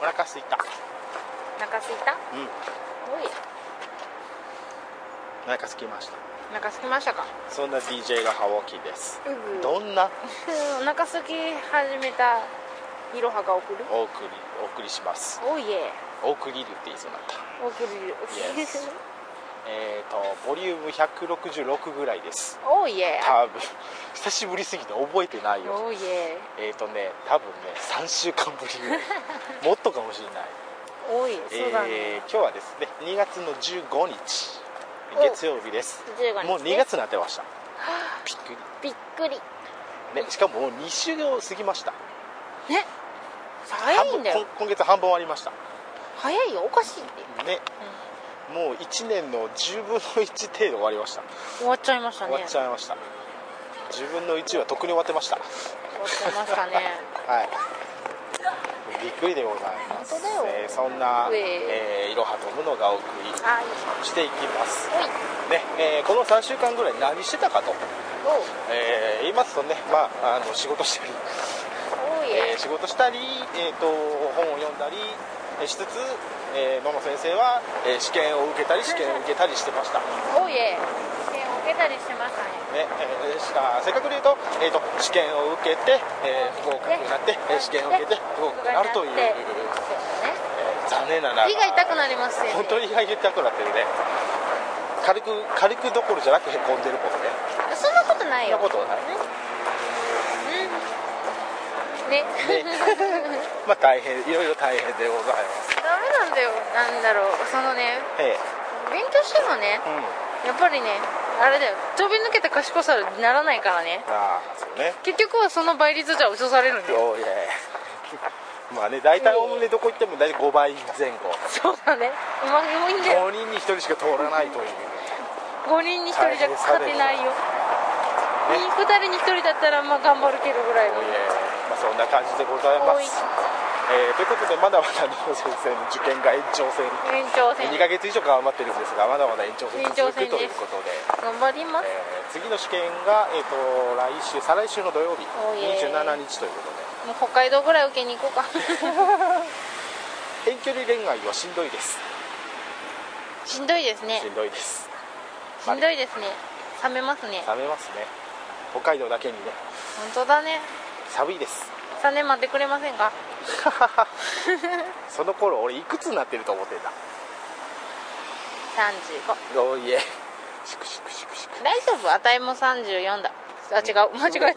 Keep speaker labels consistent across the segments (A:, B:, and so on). A: お腹すいた
B: お腹すいた
A: うん
B: おい
A: お腹すきました
B: お腹すきましたか
A: そんな DJ がハオキです
B: うぐ
A: どんな
B: お腹すき始めたいろはが送る
A: お送りお送りします
B: おいえ
A: お送りるって言いそうになった
B: 送る
A: Yes えーとボリューム166ぐらいです
B: おいえ
A: 多分久しぶりすぎて覚えてないよ
B: おいえ
A: えっ、ー、とね多分ね3週間ぶりぐ らいもっとかもしれない
B: おいえそうだね
A: えー今日はですね2月の15日
B: お
A: 月曜日です
B: 15日
A: もう2月になって ましたびっく
B: びっくり
A: り、ね、しかももう2週を過ぎました
B: ね早いんだ
A: 半分
B: よ
A: こ今月半分終わりました
B: 早いよおかしいって
A: ねもう1年の10分の1程度終わりました
B: 終わっちゃいましたね
A: 終わっちゃいました10分の1はとっくに終わってました
B: 終わっちゃい ましたね
A: はい。びっくりでございます。
B: 本当だよ
A: えーそんな、
B: うえ
A: えーいろはとむのがお送り
B: はい
A: していきます。
B: おい
A: ね、えーこの3週間ぐらい何してたかと、えー言いますとね、まあ、あの仕事したり、
B: おうおい
A: え
B: え
A: ー仕事したり、えー、と本を読んだりえーしつつ、えー、野間先生は、えー試験を受けたり試験を受けたりしてました、ね
B: おいえ試験を受けたりしてましたね
A: えーしか正確に言うと,、えー、と試験を受けて、えー不合格になって、えー試験を受けて不合格になるという、
B: ね
A: えー残念ながら
B: 胃が痛くなりますよね
A: 本当に胃が痛くなってるね軽く軽くどころじゃなくへこんでることね
B: そんなことない
A: そんな
B: よ
A: ことはない
B: うんね
A: ねまあ大変いろいろ大変でございます
B: ダメなんだよなんだろうそのね
A: ええ
B: 勉強してもね
A: うん
B: やっぱりねあれだよ飛び抜けた賢さにならないからね
A: ああそうね
B: 結局はその倍率じゃ嘘されるんだよ
A: おーいえ まあね大体おおむねどこ行っても大体5倍前後
B: そうだねうまいもいいんだよ
A: 5人に1人しか通らないという
B: 5人に1人じゃ勝てないよ2人に1人だったらまあ頑張るけどぐらい
A: おー
B: の
A: いえまあそんな感じでございま
B: 多い
A: す、えーということでまだまだ野先生の受験が延長戦
B: 延長戦
A: 2ヶ月以上頑張ってるんですがまだまだ延長戦続くということで
B: 頑張ります
A: えー次の試験が、えー、と来週再来週の土曜日
B: おいえ
A: 27日というこ
B: もう北海道ぐらい受けに行こ うか
A: とで遠距離恋愛はしんどいです
B: しんどいですね
A: しんどいです
B: しんどいですね冷めますね
A: 冷めますね北海道だけにね
B: 本当だね
A: 寒いです
B: 3年待ってくれませんか
A: その頃俺いくつになってると思ってんだ
B: 35
A: おいえシクシクシクシク
B: 大丈夫あたいも34だあ違う間違えた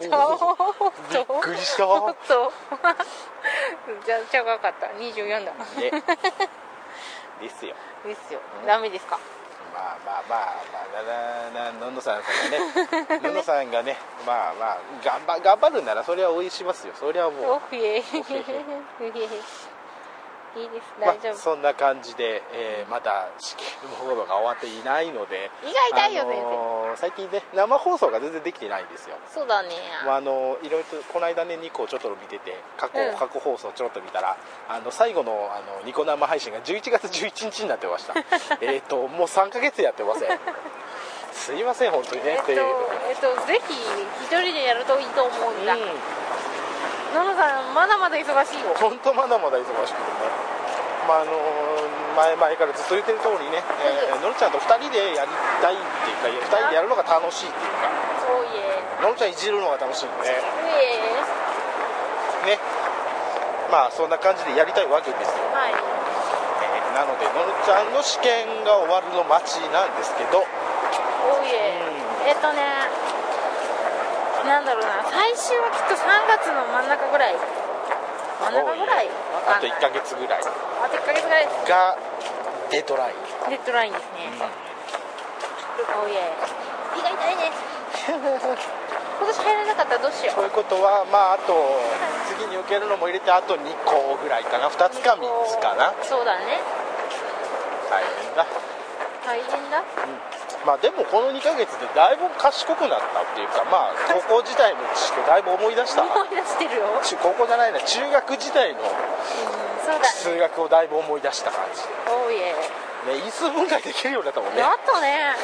A: びっくりした
B: おっと じゃあ違うかった24だ
A: ねですよ
B: ですよ
A: うん
B: ダメですか
A: まあまあまあまあなななのんのさんがねのんのさんがねまあまあ頑張頑張るならそれは応援しますよそれはもう
B: おふ えいいです
A: ふえ
B: 大丈
A: まあ、
B: 夫
A: そんな感じで、えーまだ試験の方が終わっていないので
B: 胃が痛いよ
A: あのー最近ね生放送が全然できてないんですよ、
B: そうだね
A: まあ、あのーいろいろとこの間ね2個ちょっと見てて過去,、
B: うん
A: 過去放送ちょろっと見たらあの最後のあのニコ生配信が11月11日になってま したえっともう3ヶ月やってませんすいません本当に
B: え
A: ね
B: っ
A: っ
B: と
A: て
B: え
A: い
B: っ
A: う、
B: とぜひ一人でやるといいと思うんだ
A: うん
B: 野々さんまだまだ忙しいよ
A: 本当まだまだ忙しくてね、まああの前々からずっと言ってる通りね、えーのるちゃんと2人でやりたいっていうか2人でやるのが楽しいっていうか
B: そういえ
A: のるちゃんいじるのが楽しいんでね
B: うえ
A: ねまあそんな感じでやりたいわけですよ、
B: はい
A: えーなのでのるちゃんの試験が終わるの待ちなんですけど
B: おいええっとねなんだろうな最終はきっと3月の真ん中ぐらい真ん中ぐらいわか
A: あ
B: ん
A: と
B: ない
A: 1ヶ月ぐらい
B: あと1ヶ月ぐらい
A: がデッドライン、
B: デッドラインですね、おいえ胃が痛いね今年入らなかったらどうしよう
A: ということはまああと次に受けるのも入れてあと2個ぐらいかな2つか3つかな
B: そうだね
A: 大変だ
B: 大変だ
A: まあでもこの2ヶ月でだいぶ賢くなったっていうかまあ高校時代の知識をだいぶ思い出 した
B: 思い出してるよ、うん、
A: 中高校じゃないな中学時代の
B: そうだ
A: 数学をだいぶ思い出した感じ
B: おいえ
A: ね因数分解できるようになったもんね
B: やったね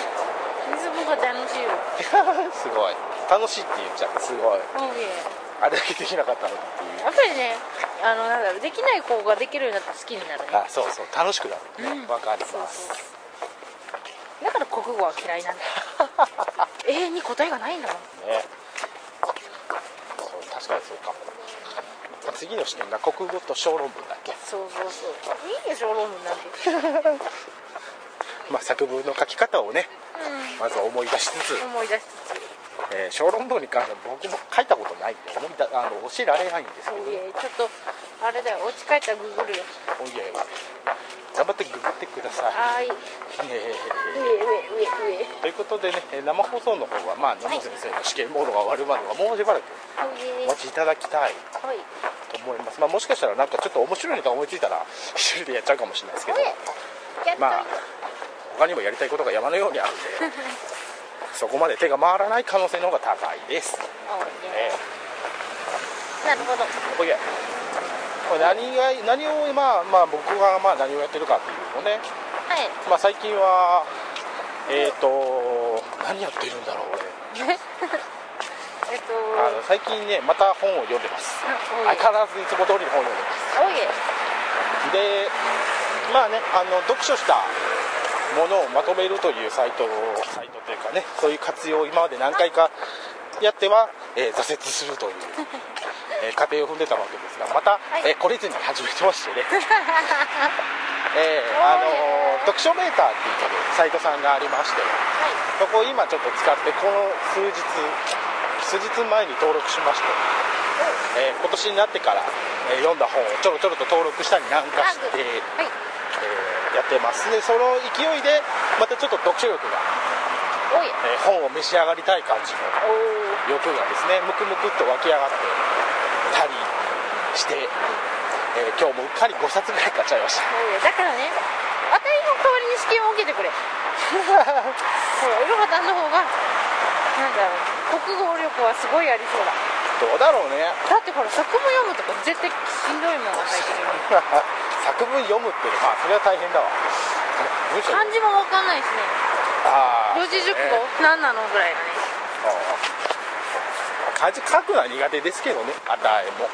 B: 水分が楽しいよ
A: すごい楽しいって言っちゃってすごい
B: おいえ
A: あれだけできなかったのにっていう
B: やっぱりねあのなんだろうできない子ができるようになって好きになるね
A: あそうそう楽しくなるねわ、かり
B: そう
A: ます
B: そうそうだから国語は嫌い なんだ永遠に答えがないんだもん
A: ねそう確かにそうかも次の試験が国語と小論文だっけ、
B: そうそうそういいでしょ論文なんて
A: まあ、作文の書き方をね
B: う
A: まずは思い出しつつ、
B: ん思い出しつつ
A: えー小論文に関しては僕も書いたことないんで思いだあの教えられないんですけど
B: いえちょっとあれだよお家帰ったらググるよ
A: おいえ頑張ってググってください、
B: はーい
A: え
B: 上上上
A: ー
B: 上
A: ということでねえー生放送の方は、まあ、野本先生の試験モードが終わるまではもうしばらく
B: おい
A: お
B: で
A: 待ちいただきたい
B: はい
A: と思います、まあ、もしかしたらなんかちょっと面白いネタ思いついたら一人でやっちゃうかもしれないですけど
B: おいやっといて、
A: まあ他にもやりたいことが山のようにあるんでそこまで手が回らない可能性の方が高いです、
B: おい
A: え
B: でなるほど
A: ー、これこれ何が何を、まあまあ、僕がまあ何をやってるかっていうとね、
B: はい
A: まあ、最近はえっ、と何やってるんだろう俺
B: えっと
A: あの最近ねまた本を読んでます
B: お
A: 相
B: いで
A: 変わらずいつも通りの本を読んでます
B: おいで
A: でまあねあの読書したものをまとめるというサイトをサイトというかねそういう活用を今まで何回かやっては、えー挫折するという、えー過程を踏んでたわけですがまた、えー
B: い
A: これ以前に始めてましてね、えーあの読書メーターっていうサイトさんがありまして
B: は
A: そ
B: い
A: こを今ちょっと使ってこの数日数日前に登録しまして、えー今年になってから、えー読んだ本をちょろちょろと登録したりなんか
B: ラ
A: し
B: グ
A: て、
B: はい
A: えーやってますでその勢いでまたちょっと読書欲が、
B: おいで
A: えー本を召し上がりたい感じの
B: おお
A: 欲がですねムクムクっと湧き上がってたりして、えー今日もうっかり5冊ぐらい買っちゃいました
B: だからねあたりの代わりに試験を受けてくれそういろはたんの方がなんだろう国語力はすごいありそうだ
A: どうだろうね
B: だってほら作文読むとか絶対しんどいもんが入っ てるの
A: 作文読むっていうのはまあそれは大変だ わ文章
B: 漢字もわかんないしね
A: あー
B: 四字熟
A: ね
B: 語、何なのぐらいのね
A: あー漢字書くのは苦手ですけどねあたえも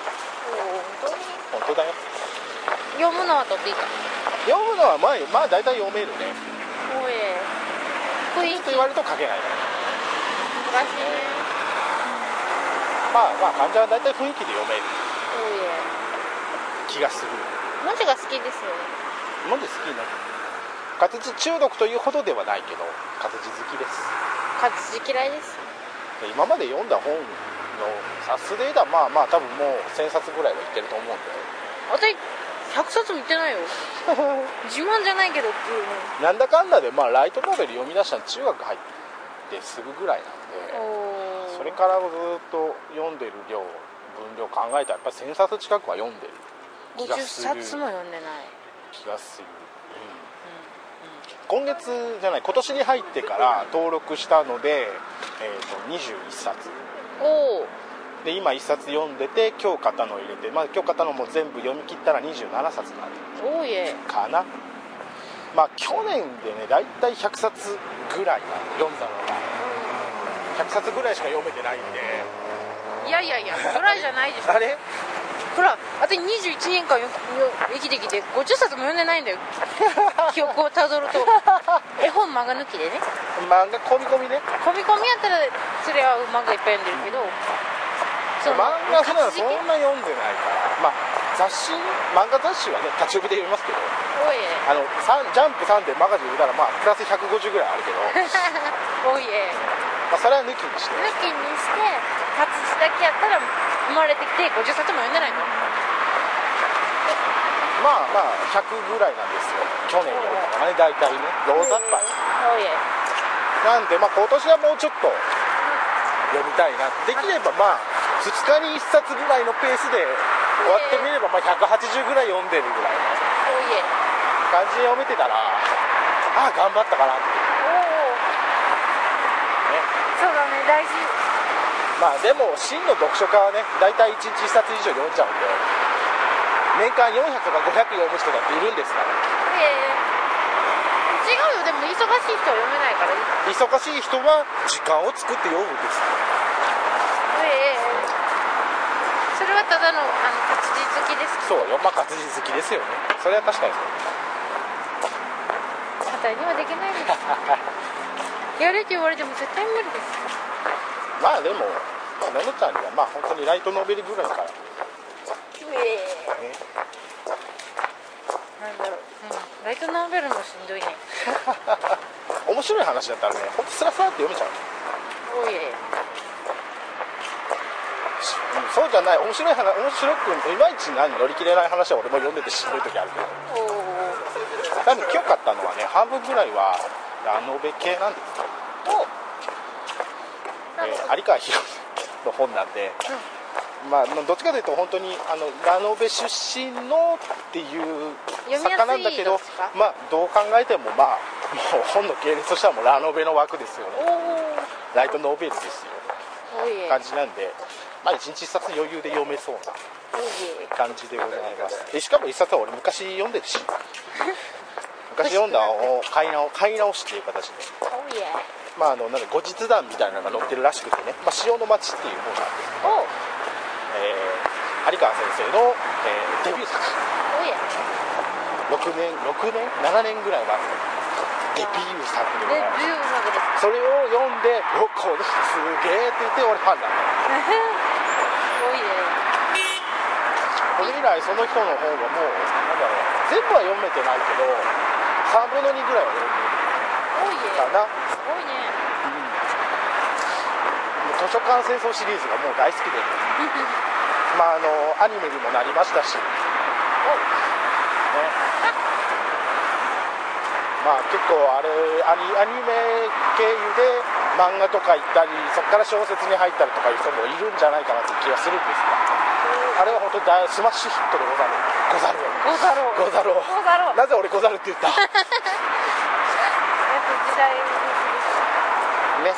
A: 本当だよ
B: 読むのはとっていいか
A: 読むのはまあまあ大体読めるね
B: おえ雰囲
A: と
B: 気
A: 言われると書けない
B: 難しいね
A: まあまあ患者は大体雰囲気で読める
B: おえ
A: 気がする
B: 文字が好きですよね
A: なんで好きになる活字中毒というほどではないけど活字好きです
B: 活字嫌いです
A: で今まで読んだ本の冊数で言えばまあまあ多分もう1000冊ぐらいはいってると思うんで
B: 私100冊もいってないよ自慢じゃないけどっていう ね
A: なんだかんだでまあライトノベル読み出したの中学入ってすぐぐらいなんで
B: おー
A: それからずっと読んでる量分量考えたらやっぱ1000冊近くは読んでる気が
B: 50
A: する
B: 冊も読んでない、
A: 気がする、今月じゃない今年に入ってから登録したので、えー、と21冊
B: おお
A: で今1冊読んでて今日買ったのを入れて、まあ、今日買ったのも全部読み切ったら27冊になる
B: おいえ
A: かなまあ去年でね大体100冊ぐらいは読んだのが100冊ぐらいしか読めてないんで
B: いやいやいやぐらいじゃないでしょ
A: あれ
B: ほら私21年間よよ生きてきて50冊も読んでないんだよ 記憶をたどると絵本漫画抜きでね
A: 漫画込み込みね
B: 込み込みやったらそれは漫画いっぱい読んでるけどそ
A: 漫
B: の
A: 画普段
B: 活字
A: そ
B: 系
A: んな読んでないからまあ雑誌漫画雑誌はね立ち読みで読みますけど
B: おいえ
A: あのさんジャンプ3でマガジン見たらまあプラス150ぐらいあるけど、
B: おいえ
A: まあ、それは抜きにして
B: 抜きにして活字だけやったら生まれてきて50冊も読んでないの
A: まあまあ100ぐらいなんですよ去年よりとかね大体ね大雑把に
B: おいえ
A: なんでまあ今年はもうちょっと読みたいなできればまあ2日に1冊ぐらいのペースで終わってみればまあ180ぐらい読んでるぐらいの
B: おいえ
A: 感じで読めてたらああ頑張ったかなっていう
B: おお
A: ね
B: そうだね大事
A: まあでも真の読書家はね大体1日1冊以上読んじゃうんで年間400とか500読む人だっているんですから
B: ええ違うよでも忙しい人は読めないからいい
A: 忙しい人は時間を作って読むんです
B: ええそれはただのあの活字好きです
A: そうよまあ活字好きですよねそれは確かにそう
B: 簡単にはできないですやれって言われても絶対無理です
A: まあでもののちゃんにはまあ本当にライトノベルぐらい からね
B: なんだろう、うん、ライトノベルもしんどいね
A: 面白い話だったらねほんとスラスラって読めちゃう、
B: おいえ
A: うんそうじゃない面白い話面白くいまいち何乗り切れない話は俺も読んでてしんどい時あるけど
B: おー
A: なんで今日買ったのはね半分ぐらいはラノベ系なんですよ、
B: お
A: えー有川博の本なんで、まあ、どっちかというと本当にあのラノベ出身のっていう
B: 読みやすい
A: 作家なんだけど
B: どっちか
A: まあ、どう考えても,、まあ、もう本の系列としてはもうラノベの枠ですよね
B: おー
A: ライトノベルですよ
B: おいえ
A: 感じなんで、まあ、1日1冊余裕で読めそうな
B: おいえ
A: 感じでございますでしかも1冊は俺昔読んでる し昔読んだのを買い直買い直しっていう形で
B: おいえ
A: まああのなんか後日談みたいなのが載ってるらしくてね「まあ、潮の町」っていう本なんです、
B: おお
A: えー有川先生の、えーデビュー作
B: いえ
A: 6年6年7年ぐらい前のデビュー作でご
B: で
A: ざ
B: ビュ
A: います
B: ーマグで
A: そ
B: す
A: れを読んで「おこの人すげえ」って言って俺ファンだったそ
B: おいえ
A: れ以来その人の本はもうなんだろう全部は読めてないけど3分の2ぐらいは読んでる
B: おいえ
A: かな
B: すごいね
A: もう図書館戦争シリーズがもう大好き でまああのアニメにもなりましたしねまあ結構あれアニアニメ経由で漫画とか行ったりそこから小説に入ったりとかいう人もいるんじゃないかなという気がするんですがあれは本当に大スマッシュヒットでござるござる
B: ござろ
A: ござろう
B: うござろう
A: なぜ俺ござるって言った
B: やっぱ時代に
A: ね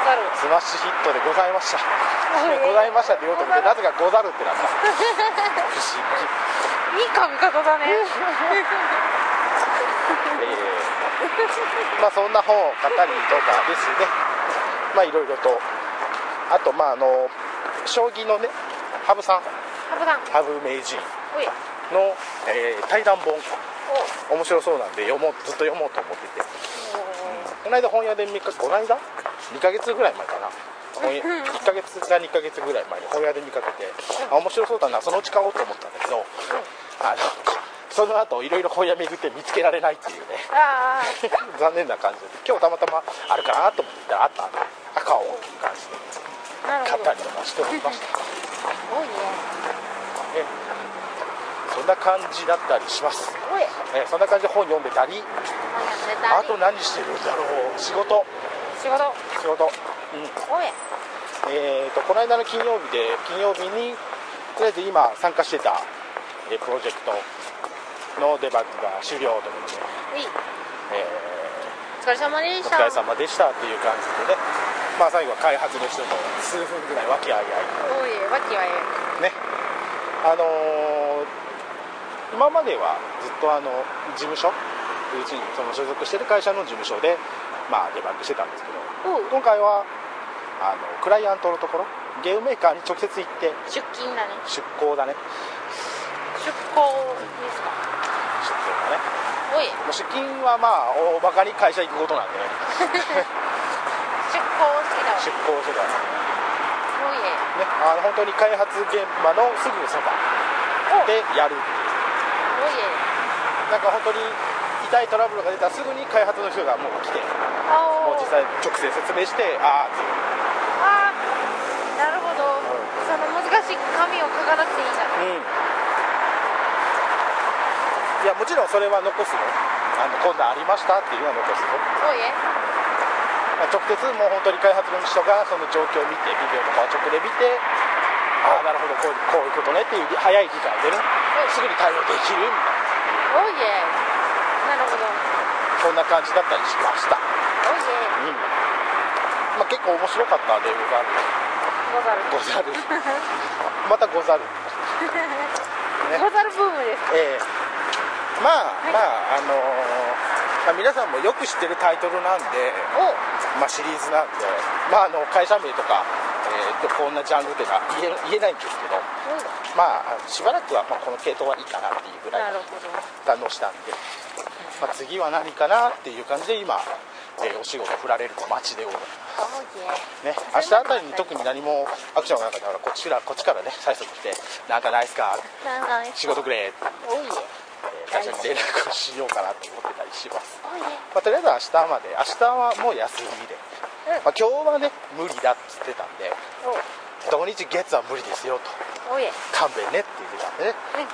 B: ござろう
A: スマッシュヒットでございました
B: い
A: ございましたって言おうと思ってなぜかござるってなった不思議
B: いい髪型だね。
A: えー、まあそんな本を買ったりとかですねまあいろいろとあとまああの将棋のね羽生さん
B: ハブさん、
A: 羽生名人
B: おい、
A: の、えー対談本
B: お、お
A: 面白そうなんで読もうずっと読もうと思っててこの間本屋で見かこの間2ヶ月ぐらい前かな本屋
B: うん
A: 1ヶ月か2ヶ月ぐらい前に本屋で見かけてあ面白そうだなそのうち買おうと思ったんだけどあのその後いろいろ本屋巡って見つけられないっていうね
B: ああ、
A: 残念な感じで今日たまたまあるかなと思って行ったらあったんであ買おうっていう感じで
B: なる
A: 買っ
B: ほ
A: たり。
B: ど
A: とかしておりました
B: おいね、
A: ねそんな感じだったりします
B: おい、
A: えそんな感じで本読んでたりあ
B: あ
A: と
B: と
A: 何してるんだろう仕事
B: 仕事、
A: 仕事うん
B: おい、
A: えー、とこの間の金曜日で金曜日にとりあえず今参加してたえープロジェクトのデバッグが終了ということで、
B: おい、
A: えー
B: お疲れ様で
A: お
B: し
A: 疲れ
B: た。
A: 様でしたっていう感じでね、まあ、最後は開発の人と数分ぐらい和気あいあい
B: おい、わきわい。
A: ねあのー今まではずっとあの事務所うちにその所属してる会社の事務所で、まあ、デバッグしてたんですけど
B: おう、
A: 今回はあのクライアントのところゲームメーカーに直接行って
B: 出勤だね。
A: 出向だね
B: 出向ですか。
A: 出向だね
B: おい、
A: もう出勤はまあ大バカに会社行くことなんでね
B: 出向好きだわ
A: 出。向してたんです
B: おいえ、
A: ねあの本当に開発現場のすぐそばでやる
B: おいえ、
A: なんか本当に痛いトラブルが出たらすぐに開発の人がもう来ても
B: あお
A: う。実際直接説明してああっていう
B: ああ、なるほど。その難しい紙を書かなくていいんだ。
A: うんいやもちろんそれは残すよあのこんなんありましたっていうのは残すよ
B: おいえ、
A: まあ直接もう本当に開発の人がその状況を見てビデオとかを直で見てああなるほどこうこういうことねっていう早い理解でねすぐに対応できるみたいな
B: おいえ、なるほど。
A: そんな感じだったりしました
B: おいえ。
A: うんまあ結構面白かったでござる
B: ござる。
A: ござ るまたござるね
B: ござるブームです。
A: ええまあ、
B: はい
A: まああのーまあ皆さんもよく知ってるタイトルなんで、
B: お、
A: まあ、シリーズなんで、まあ、あの会社名とか、えーっとこんなジャンルっていうのは言え言えないんですけどまああのしばらくはまあこの系統はいいかなっていうぐら
B: ないるほど
A: 堪能したんで、まあ、次は何かなっていう感じで今、えーお仕事振られると待ちでおる
B: 青い
A: ね、明日あたりに特に何もアクションがなかったからこっちからこっちからね催促して「なんかないっすか
B: なんかね
A: 仕事くれ」って
B: おいえ
A: 会社に連絡をしようかなと思ってたりします、
B: おいえ
A: まあ、とりあえず明日まで明日はもう休みで、まあ、今日はね無理だって言ってたんで土日月は無理ですよと
B: おおいえ
A: 勘弁ねって言ってたんでね、
B: うん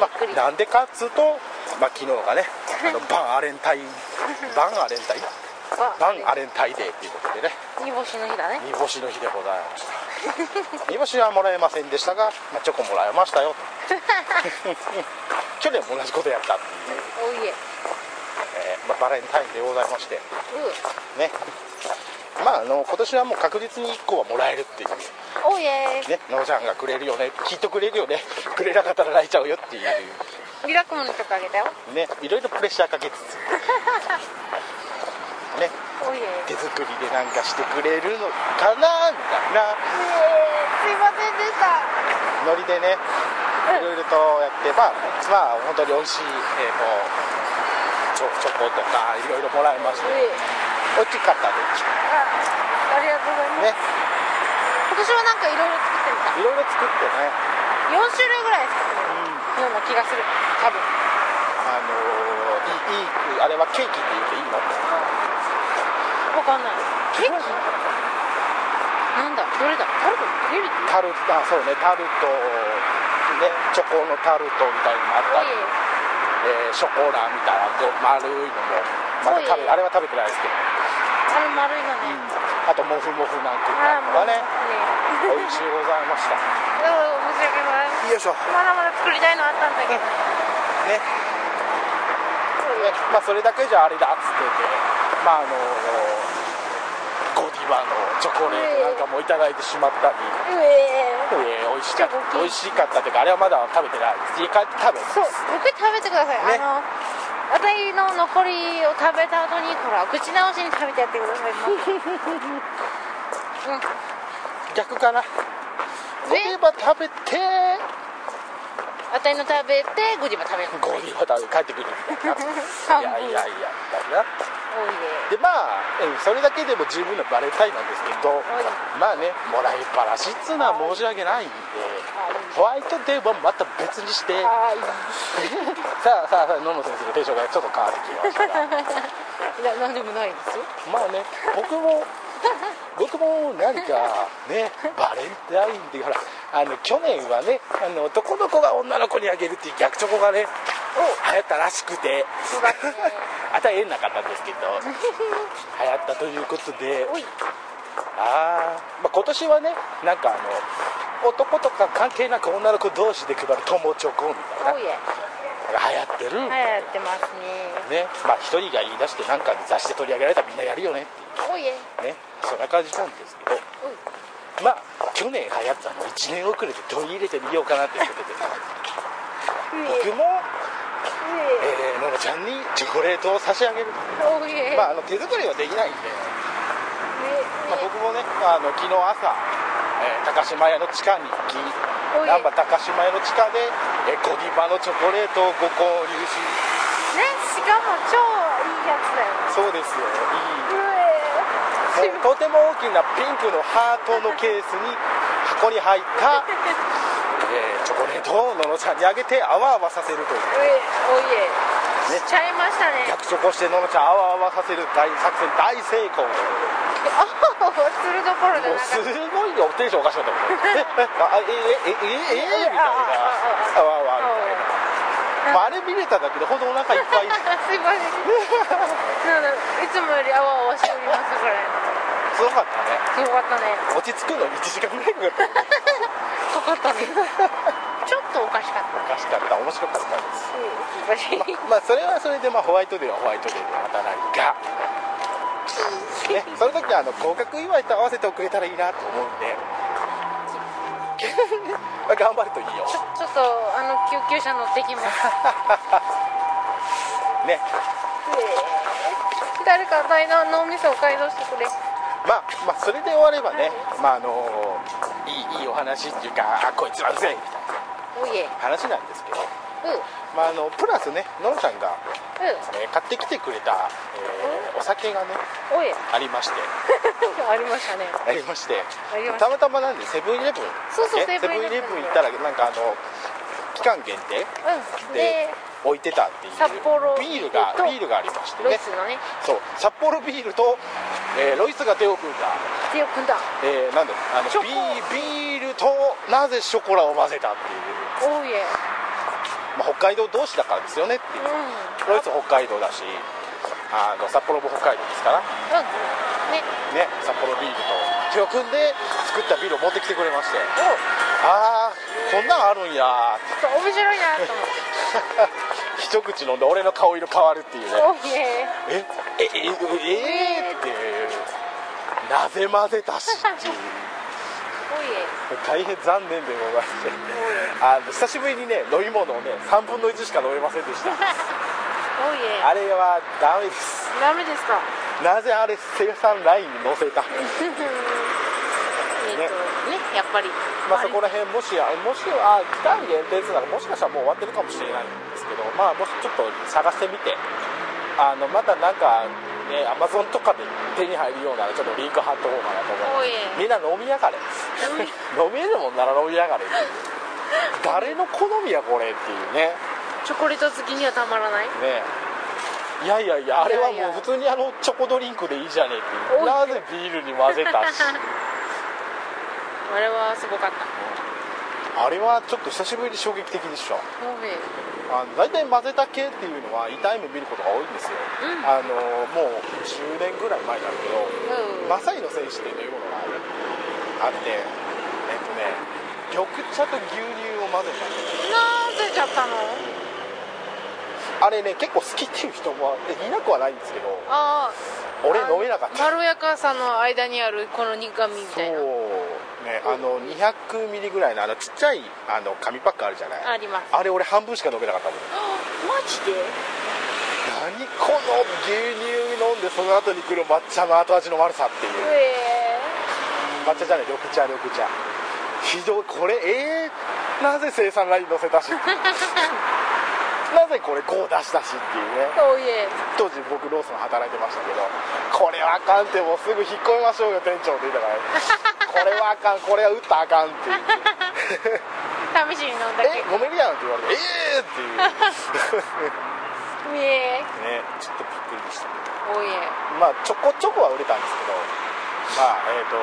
A: まあ、なんでかっつうと、まあ、昨日がねあのバンアレンタインバンアレンタインバンアレンタインデーっていうことでね
B: 煮干しの日だね
A: 煮干しの日でございました煮干しはもらえませんでしたが、まあ、チョコもらえましたよと去年も同じことやったっていう、
B: おいえ
A: えーまあ、バレンタインでございまして
B: う
A: ねまああの今年はもう確実に1個はもらえるっていうね
B: んおいえ
A: のーちゃんがくれるよねきっとくれるよねくれなかったら泣いちゃうよっていう
B: リラックマのとかあげたよ
A: ねいろいろプレッシャーかけつつね
B: おいえ
A: 手作りでなんかしてくれるのかなみたいな
B: すいませんでした
A: ノリでねいろいろとやって、まあ、まあ、本当に美味しい、えー、とチョチョコとかいろいろもらいまして、
B: え
A: 大きかったです
B: あありがとうございま
A: ね、
B: す、今年はなんかいろいろ作ってみ
A: い
B: た
A: ろいろ作ってね、
B: 4種類ぐらい作って
A: うん
B: るような気がする多分
A: あのーいい、いい、あれはケーキって言っていいの
B: わかんないケーキなんだどれだタルトレルト
A: タルト、あ、そうね、タルト、ね、チョコのタルトみたいなのもあった
B: おい
A: り、え
B: え
A: ーショコラみたいな、こう丸いのも、まだ食べ、
B: お
A: あ
B: い
A: れは食べてないですけど、
B: あの丸いのね、
A: あと、モフモフなんていう
B: ああ
A: のが
B: もうね
A: ね、美味しいございました。
B: どうも申し訳ない
A: よいしょ。
B: まだまだ作りたいのあったんだけど
A: ね、ねまあ、それだけじゃあれだっつってて、まあ、あのゴディバのチョコレートなんかもいただいてしまったり、
B: うえ
A: えー美味しかっ
B: チョコ
A: た
B: キ
A: 美味しかったというかあれはまだ食べてないです家帰って食べる
B: そうゆっくり食べてください、
A: ね
B: あの私の残りを食べた後にほら口直しに食べてやってくだ さい、うん
A: 逆かなゴディバ食べて
B: 私の食べてゴディバ食べる
A: ゴディバ食べて帰ってくるみたいな
B: 半
A: い
B: 分
A: やいやいやみたいな
B: おいで
A: でまあ、うんそれだけでも十分なバレンタインなんですけど
B: い
A: まあねもらいっぱなしっつうのは申し訳ないんでホワイトデーはまた別にして
B: はい
A: さあさあさあ野々先生のテンションがちょっと変わってきましたが
B: いやなんでもないですよ
A: まあね僕も僕も何か ねバレンタインっていうほらあの去年はねあの男の子が女の子にあげるっていう逆チョコがね流行ったらしくて
B: そうだね
A: あたり縁なかったんです けど流行ったということで
B: おい
A: あー、まあ今年はねなんかあの男とか関係なく女の子同士で配る友チョコみたい
B: おいえ
A: なのが流行ってる、
B: はいやってますね
A: ねまあ一人が言い出してなんか雑誌で取り上げられたらみんなやるよねっ
B: おいえ
A: ていうねそんな感じなんですけど
B: おい
A: まあ去年流行ったのを1年遅れて取り入れてみようかなということで僕も、えー、ののちゃんにチョコレートを差し上げる、
B: おいえ
A: まあ、あの手作りはできないんで、まあ、
B: ね
A: 僕もねあの昨日朝、えー高島屋の地下に行き
B: おい
A: 難波高島屋の地下で、えーゴディバのチョコレートをご購入し
B: ねしかも超いいやつ
A: そ
B: だよ
A: うですよいい
B: おいえ
A: とても大きなピンクのハートのケースに箱に入った、えーチョコレートをののちゃんにあげてあわあわさせるという
B: おいえ
A: ね
B: しちゃいましたね
A: 逆チョコしてののちゃんあわあわさせる大作戦大成功
B: ああするどころじゃ
A: もう
B: な
A: す
B: かった
A: ごいよテンションおかしかったもんえあええええええみたいなあわあわみたいな、まあ、あれ見れただけでほんとお腹いっぱい
B: すいませんなんだいつもよりあわあわしておりますぐらい
A: すごかったね
B: すごかったね
A: 落ち着くの1時間ぐらいかかった
B: かかったねちょっとおかしかった
A: おかしかった面白かったです
B: おか しい
A: まあそれはそれでまあホワイトデーはホワイトデーでまた何か、ね、その時はあの合格祝いと合わせておくれたらいいなと思うんで まあ頑張るといいよ
B: ちょちょっとあの救急車乗って きます
A: ね
B: 誰か大の脳みそを改造してくれ
A: まあ、まあそれで終わればね、まああのいいいいお話っていうかあこいつはうぜえみたいな
B: おいえうん
A: 話なんですけど、
B: うん
A: まあ、あのプラスねのんさんが、えー買ってきてくれた、えーお酒がね
B: おいえ
A: ありまして
B: ありましたね
A: ありまして
B: ありました
A: またまなんでセブンイレブン
B: そうそう
A: ね
B: セブンイレブン
A: ン行ったらなんかあの期間限定
B: うん
A: で
B: で
A: 置いてたっていう
B: 札幌
A: ビールが
B: と
A: ビールがありまして
B: ロイ
A: ね
B: スのね
A: そう札幌ビールと、えーロイスが手を組んだ、
B: 手を組んだ
A: えーなんだろうあの
B: ショコ
A: ビービールとなぜショコラを混ぜたっていう、
B: おいえ、
A: まあ、北海道同士だからですよねっていううん
B: うん、
A: ロイス北海道だしあの札幌も北海道ですから
B: ね
A: ね札幌ビールと手を組んで作ったビールを持ってきてくれまして
B: お
A: ああこんなんあるんや ー
B: そう面白いなと思っ
A: 一口飲んで俺の顔色変わるっていうね
B: ておいえ
A: えええええってなぜ混ぜたしっていう
B: おいえ
A: 大変残念でございましてあの久しぶりにね飲み物をね3分の1しか飲めませんでした
B: おいえ
A: あれはダメです
B: ダメですか
A: なぜあれ生産ラインに載せた
B: えっとねやっぱり
A: まあ、そこら辺もしあもしあ期間限定っていうならもしかしたらもう終わってるかもしれないんですけど、まあ、もしちょっと探してみてあのまたなんかねアマゾンとかで手に入るようならちょっとリンク貼っとこうかなと思
B: お
A: う
B: い
A: みんな飲みやがれ
B: み
A: 飲めるもんなら飲みやがれっていう誰の好みやこれっていうね
B: チョコレート好きにはたまらない
A: ねいやいやいやあれはい
B: やい
A: もう
B: や
A: 普通にあのチョコドリンクでいいじゃねえっていう
B: おい
A: なぜビールに混ぜたし
B: あれはすごかった
A: あれはちょっと久しぶりに衝撃的でした
B: おいえ
A: あの大体混ぜた系っていうのは痛い目見ることが多いんですよ、
B: うん
A: あのもう10年ぐらい前なんだけ
B: う
A: ど
B: ん
A: マサイの選手っていうものがあってえっとね緑茶と牛乳を混ぜ
B: なんでちゃったの
A: たあれね結構好きっていう人もえいなくはないんですけど
B: ああ
A: 俺飲めなかった
B: まろやかさの間にあるこの苦味み
A: そう
B: たいな
A: ねあの200ミリぐらいのあのちっちゃいあの紙パックあるじゃない
B: あります
A: あれ俺半分しか飲めなかったもん
B: あマジで
A: 何この牛乳飲んでその後に来る抹茶の後味の悪さっていう
B: うえ
A: 抹茶じゃない緑茶緑茶非常これえー、なぜ生産ライン載せたしなぜこれ5出したしっていうね
B: おいえ
A: 当時僕ローソン働いてましたけどこれはあかんってもうすぐ引っ込みましょうよ店長って言ったからこれはあかんこれは打ったらあかんって言って
B: 試しに飲んだけ
A: え飲めるやんって言われてええー、っていう
B: うえ
A: ねちょっとびっくりした
B: おいえ
A: まあちょこちょこは売れたんですけどまあえっ、と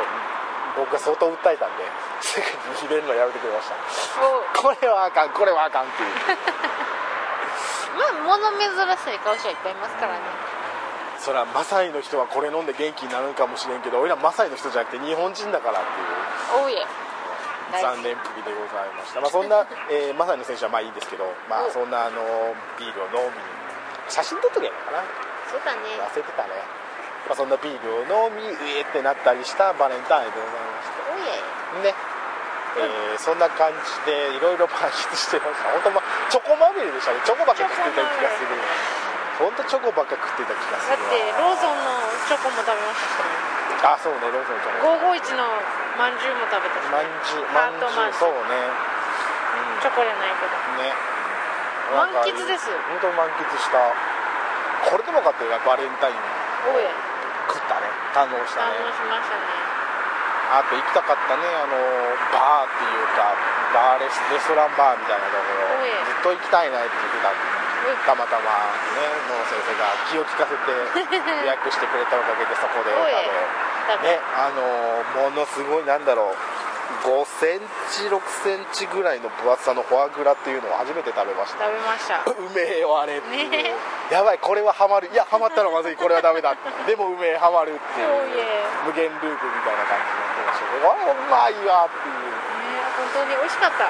A: 僕が相当訴えたんですぐにひれるのやめてくれました
B: お
A: これはあかんこれはあかんっていう
B: まあ物珍しい顔しはいっぱいいますからね
A: そりゃマサイの人はこれ飲んで元気になるかもしれんけど俺らマサイの人じゃなくて日本人だからって
B: おい
A: い
B: え
A: う
B: 大
A: 残
B: 事
A: 念ぶりでございました、まあ、そんな、えーマサイの選手はまあいいんですけど、まあ、
B: お
A: そんなあのビールを飲み写真撮っとけばいいのか
B: そうだね
A: な忘れてたね、まあ、そんなビールを飲みうえってなったりしたバレンタインでございました
B: おいえ
A: ねえーそんな感じでいろいろ満喫してました本当まチョコまみれでしたねチョコばっか食ってた気がする本当チョコばっか食ってた気がす
B: だっ
A: る
B: て
A: わ
B: ローソンのチョコも食べまし
A: あ
B: たしね
A: そうねローソンチョコ
B: 551のまんじゅうも食べたし
A: まんじゅうま
B: ハ
A: ん
B: ー
A: じゅうそ
B: トまんじゅう
A: うね
B: チョコじゃないけど
A: うんね
B: 満喫です
A: 本当満喫したこれでもかっていうかバレンタイン
B: おいえ
A: 食ったね堪能した
B: 堪能
A: ね
B: しましたね
A: あと行きたかったねあのバーっていうかバーレスレストランバーみたいなところずっと行
B: おえ
A: きたいなって言ってたんで
B: うん
A: たまたまね野先生が気を利かせて予約してくれたおかげでそこで
B: おい
A: あのねあのーものすごいなんだろう5センチ6センチぐらいの分厚さのフォアグラっていうのを初めて食べまし
B: 食
A: た
B: べました
A: うめえよあれっていう、
B: ね
A: やばいこれはハマるいやハマったらまずいこれはダメだ でもうめえハマるっていう
B: おいえ
A: 無限ループみたいな感じになってましたけどあれうまいわっていう
B: ね本当に美味しかった
A: ね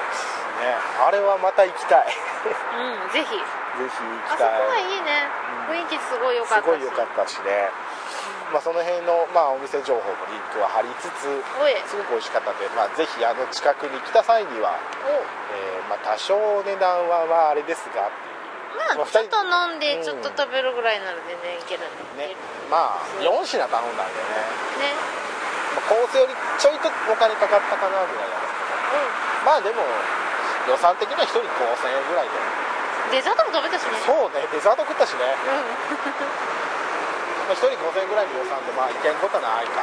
A: あれはまた行き たいぜ
B: うんぜひ
A: ひ行き
B: あそこ
A: たい
B: はいいね雰囲気すごい良か
A: す
B: ったし
A: ごい良かったしね、まあ、その辺の、まあ、お店情報もリンクは貼りつつ
B: おい
A: すごく美味しかったんで、まあ、ぜひあの近くに来た際には、えー
B: お
A: まあ、多少お値段はまああれですがって
B: ま
A: まあ
B: あ
A: 二人
B: ちょっと飲ん
A: う
B: で
A: ん
B: ちょっと食べるぐらいなら全然いけるん
A: いう
B: で
A: ねまあ4品頼んだんでね
B: ね
A: まあ、コースよりちょいとお金かかったかなぐらいなんですけどまあでも予算的には1人5000円ぐらいで
B: うんデザートも食べたしね
A: そうねデザート食ったしね、
B: うん
A: まあ、1人5000円ぐらいの予算でまあいけんことないか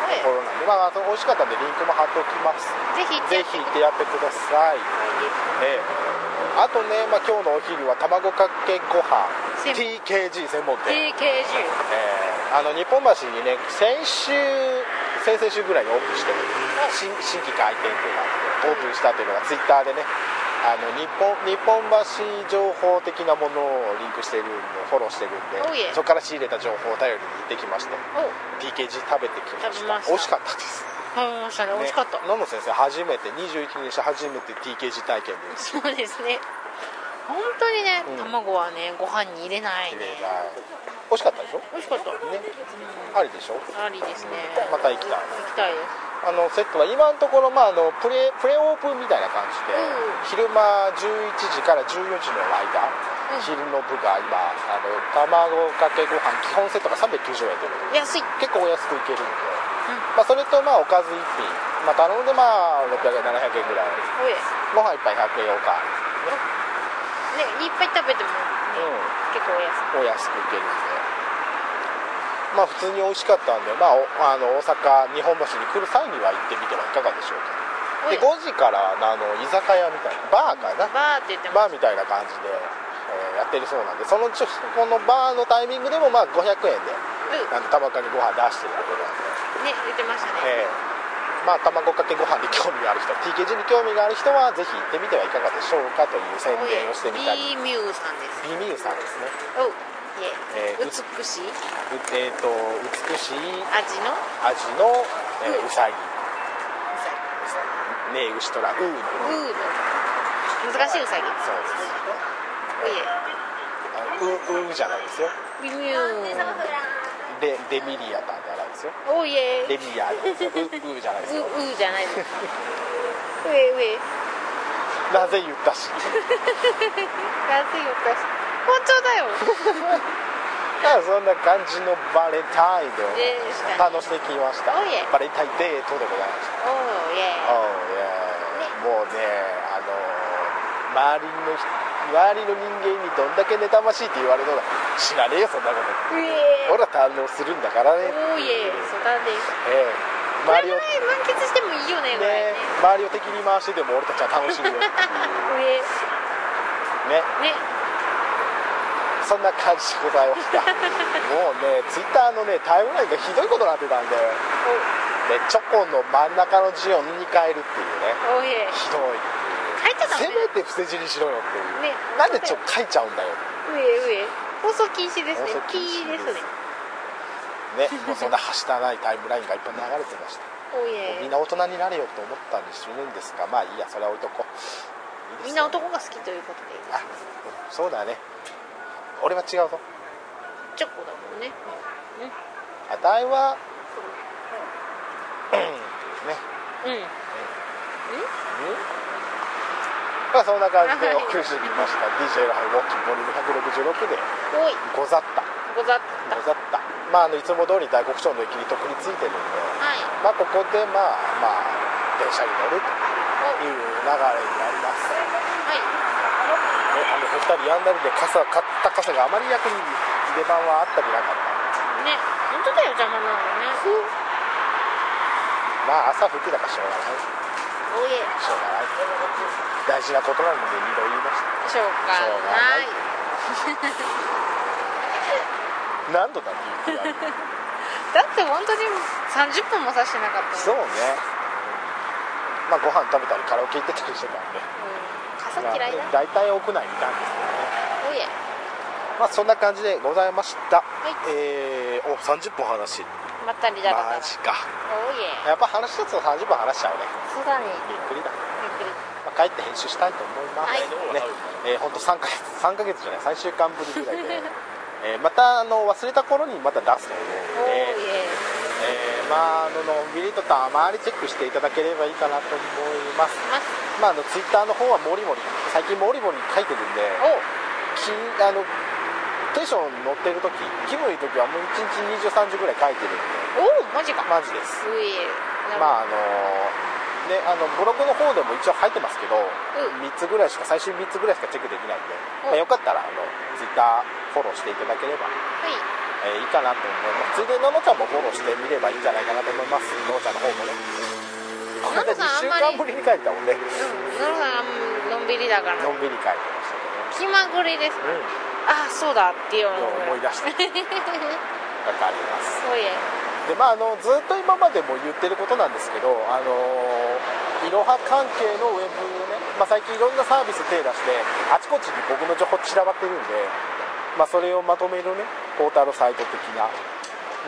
B: はい
A: ところなんでまああと美味しかったんでリンクも貼っておきます
B: ぜひ行って
A: ぜ
B: や
A: ひ
B: って
A: 行
B: く
A: ってやってください、ええあとね、まあ、今日のお昼は卵かけご飯
B: 専
A: TKG 専門店、ええ
B: TKG は
A: あの日本橋にね先週先々週ぐらいにオープンしてる新新規開店というのがあってオープンしたというのがツイッターでねあの日本日本橋情報的なものをリンクしてるのフォローしてるんで、
B: おいえ
A: そこから仕入れた情報を頼りに行ってきまして
B: お
A: TKG 食べてきまし
B: 食べ
A: た
B: ました
A: 美味しかったです
B: 食べましたね美味しかった、
A: ね、野々先生初めて21年して初めて TKG 体験です
B: そうですね本当にね、
A: うん
B: 卵はねご飯に入れない
A: 綺
B: ね
A: 麗だ美味しかったでしょ
B: 美味しかった
A: ねありでしょ
B: ありですね
A: また行きたい
B: 行きたいです
A: あのセットは今のところ、まあ、あのプレプレオープンみたいな感じで、昼間11時から14時の間、
B: うん
A: 昼の部が今あの卵かけご飯基本セットが390円で
B: 安い
A: 結構お安くいけるんで、まあ、それとまあおかず1品、まあ、頼んでまあ600円700円ぐらい
B: おいね
A: ご飯1杯100円おか
B: いっぱい食べても、
A: うん
B: ね結構お安
A: お安
B: い
A: く行けるんでまあ普通に美味しかったんで、まあ、おあの大阪日本橋に来る際には行ってみてはいかがでしょうか
B: おい
A: で5時からあの居酒屋みたいなバーかな
B: バーって言って
A: バー
B: ま
A: みたいな感じで、えーやってるそうなんでそのちょこのバーのタイミングでもまあ500円であの卵かけご飯出してるわけなん
B: うんね言ってましたね、
A: で、えーまあ卵かけご飯に興味がある人 TKG に興味がある人はぜひ行ってみてはいかがでしょうかという宣
B: おい
A: 言をしてみたり
B: B ミューさんです
A: ビミューさんですね
B: おう
A: えー
B: いえ、美しいう
A: えー、と美しい
B: 味の
A: 味の、えーうさぎ
B: うさ
A: ねえ牛とらうーの
B: ぎうーの難しいうさぎ
A: そうですねあううーじゃないですよ
B: おいえビミュー
A: でデミリアタンじゃないですよ
B: おいえ
A: デミアなんですよううーじゃないです
B: う
A: よ
B: うじゃないです うえうえ
A: なぜ言ったし
B: 安いお菓子本当だ よ
A: まあそんな感じのバレンタインで
B: でしたね
A: 楽しんできました
B: おいえ
A: バレンタインデートでございました
B: おういえ
A: おうねもうねあのー周りの人周りの人間にどんだけ妬ましいって言われるのが知らねえよそんなこと
B: う
A: 俺
B: え
A: ら堪能するんだからね
B: おいえそうだね
A: ええ、
B: これ
A: 周
B: ぐ
A: り
B: ら
A: を、
B: い
A: ね、
B: 満喫してもいいよねこれね
A: 周りを敵に回してでも俺たちは楽しむよね
B: うえ ね
A: そんな感じでございま したもうねツイッターのねタイムラインがひどいことになってたんで、ね、チョコの真ん中の字を2に変えるっていうね
B: おおいえ
A: ひどい
B: 書いちゃダ
A: せ
B: メ
A: めて伏せ字にしろよっていう、
B: ね
A: なんでちょ書いちゃうんだよ
B: うえうえ放送禁止ですね
A: 放送
B: ピ
A: 禁止
B: ーです
A: ね
B: ね
A: もうそんなはしたないタイムラインがいっぱい流れてました
B: おい
A: もうみ
B: え
A: んな大人になれよと思ったりするんですがまあいいやそれは置いとこういいですよ
B: みんな男が好きということでいいです
A: あそうだね俺は違うぞ
B: チョコだもんね
A: あたいはうんね
B: うん
A: うんまあそんな感じで
B: はい
A: お送りしてきました DJ ラハイウォッキングボリューム166で
B: おい
A: ござった
B: ござっ
A: ござったまああのいつも通り大黒町の駅に特についてるんで
B: たはい
A: まあここでまあまあ電車に乗ると
B: お
A: いう流れになります
B: は
A: ね雨降ったりやんだりで傘買った傘があまり役に出番はあったりなかった
B: いね本当だよ邪魔なのね
A: まあ朝服だからしょうがない
B: おいえ
A: しょうがない大事なことなので二度言いました
B: しょうが
A: しょうがない
B: な
A: い何度だって言ってやる
B: だって本当に30分もさしてなかった
A: そう
B: う、
A: ねまあご飯食べたりカラオケ行ってたりしてたんで
B: ん、傘嫌いだ、
A: まあ大体屋内にいたんですけ
B: おいえ
A: どまあそんな感じでございました、
B: い
A: えー、お30分話
B: まったりだらだら
A: マジか
B: おいえ
A: やっぱ話一つの30分話しちゃうね
B: そうだね
A: びっくりだ、
B: ゆっくり
A: まあ、帰って編集したいと思います、
B: はい
A: ねえー、ほんと3ヶ月3ヶ月じゃない3週間ぶりぐらい で、えーまたあの忘れた頃にまた出すと思
B: お
A: うので、
B: いえ
A: えーまああののんびりとたまにチェックしていただければいいかなと思います
B: ます
A: まああのツイッターの方はもりもり最近もりもり書いてるんで
B: お
A: きあのテンション乗ってる時気分いい時はもう1日23時ぐらい書いてるんで
B: おおマジか
A: マジです
B: うえ
A: ま
B: あ
A: ああのねあのブログの方でも一応入ってますけど、
B: ん
A: 3つぐらいしか最終3つぐらいしかチェックできないんで、まあ、
B: うん
A: よかったらあのツイッターフォローしていただければ、
B: はい
A: えーいいかなと思いますついでにののちゃんもフォローしてみればいいんじゃないかなと思いますののちゃんの方もねこれで
B: ののさ
A: 2
B: ん
A: 週
B: あ
A: 間
B: んまり
A: ぶりに帰ったもんね
B: うん野呂さんのんびりだから
A: のんびり帰ってましたけ
B: 気まぐれです
A: どねうん
B: あそうだっていうの
A: 思
B: が
A: い出したなんかあります
B: そういえ
A: でまああのずっと今までも言ってることなんですけどあのいろは関係のウェブをね、まあ、最近いろんなサービス手出してあちこちに僕の情報散らばってるんで、まあ、それをまとめるねポータルサイト的な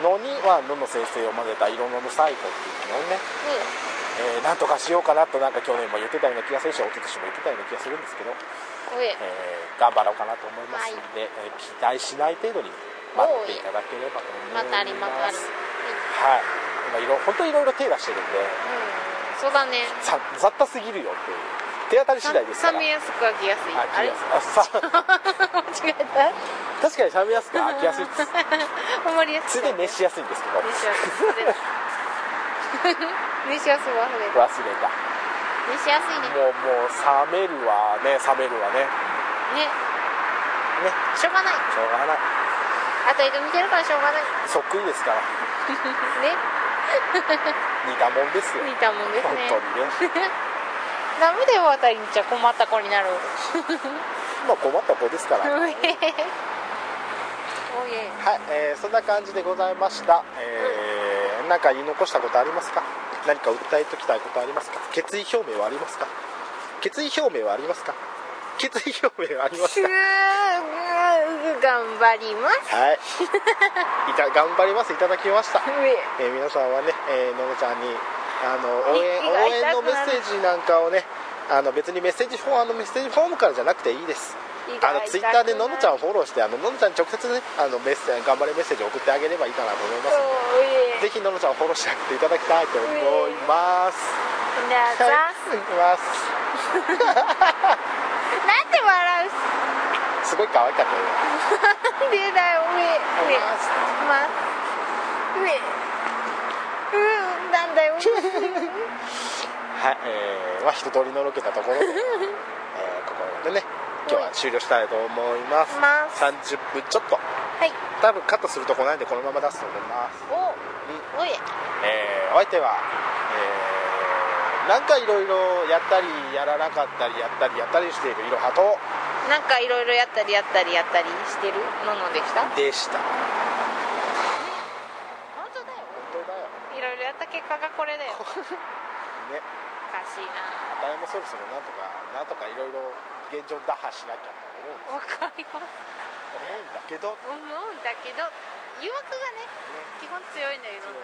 A: のにはのの先生を混ぜたいろんなのサイトっていうのをね、
B: う
A: えーなんとかしようかなとなんか去年も言ってたような気がするしおととしも言ってたような気がするんですけど、
B: んうえ
A: えー頑張ろうかなと思いますんで、えー期待しない程度に待っていただければと思いま。
B: ますたありまたあり
A: はい、今いろ本当にいろいろ手出してるんで
B: うんそうだね
A: ざ雑多すぎるよっていう手当たり次第ですから
B: 冷めやすく飽きやすい
A: 飽
B: あ
A: き
B: れ
A: やすいあさ
B: 間違えた
A: 確かに冷めやすく飽きやすいです
B: ほんまりや
A: つ
B: す
A: い
B: い
A: でに熱しやすいんですけど
B: ネシアス忘れた ネシアス忘れた
A: 忘れた
B: ネシアスいね
A: もうもう冷めるわね冷めるわね
B: ね
A: ね
B: しょうがない
A: しょうがない
B: あと見てるからしょうがない
A: そっくりですから
B: ね
A: 似たもんですよ
B: 似たもんです
A: 本
B: ね
A: 当にね
B: ダメだよあたりにじゃ困った子になる
A: まあ困った子ですから
B: おいえ
A: はい、えーそんな感じでございました、えー、なんか言い残したことありますか何か訴えときたいことありますか決意表明はありますか決意表明はありますか決意表明はあります
B: す
A: か
B: ー頑張ります
A: はいいた頑張りますいただきました、
B: うえ
A: えー皆さんはね、えーののちゃんにあの応援
B: 息が
A: 応援の
B: 痛くなる
A: メッセージなんかをねあの別にメッセージフォームあのメッセージフォームからじゃなくていいです
B: 意
A: あ
B: 外
A: の
B: だ
A: ツイッターでののちゃんをフォローしてあのののちゃんに直接ねあのメッセージ頑張れメッセージを送ってあげればいいかなと思いますので
B: おい
A: ぜひののちゃんをフォローしてあげていただきたいと思います。
B: な
A: はい
B: ざ、
A: いきます。
B: なんで笑う
A: すごい可愛かったよ。
B: なんでだようえうえまあうえうんなんだよ
A: はい、えー、まあ一通りのろけたところで、えー、ここまでね、今日は終了したいと思います。
B: ま
A: 三十分ちょっと、
B: はい
A: 多分カットするとこないんでこのまま出すと思います。
B: おおい
A: えー、お相手は、えー、なんかいろいろやったりやらなかったりやったりやったりしているいろはと
B: なんかいろいろやったりやったりやったりしてるののできた
A: でした。本
B: 本当だよ
A: 当だよ。
B: いろいろやった結果がこれだよおか
A: ね。
B: しいな
A: あたいもそろそろなんとかなんとかいろいろ現状打破しなきゃと思う
B: わかります
A: 思うんだけどね
B: 思うんだけど誘惑がね基本強いんだよい
A: 強
B: ろん
A: い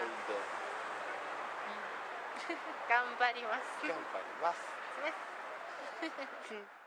B: なん
A: で
B: 頑張ります
A: 頑張ります。
B: ね